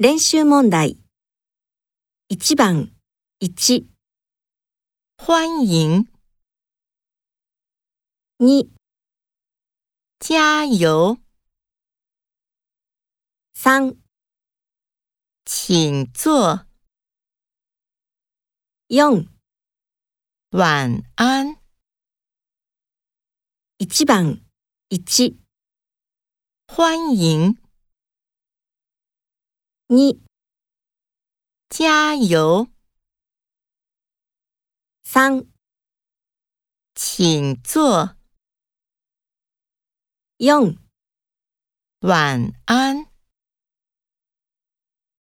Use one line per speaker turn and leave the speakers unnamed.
練習問題。1番、1、
欢迎、
2、
加油、
3、
请坐、
4。
晚安、
1番、1、
欢迎、
2、
加油、
3、
请坐、
4。
晚安。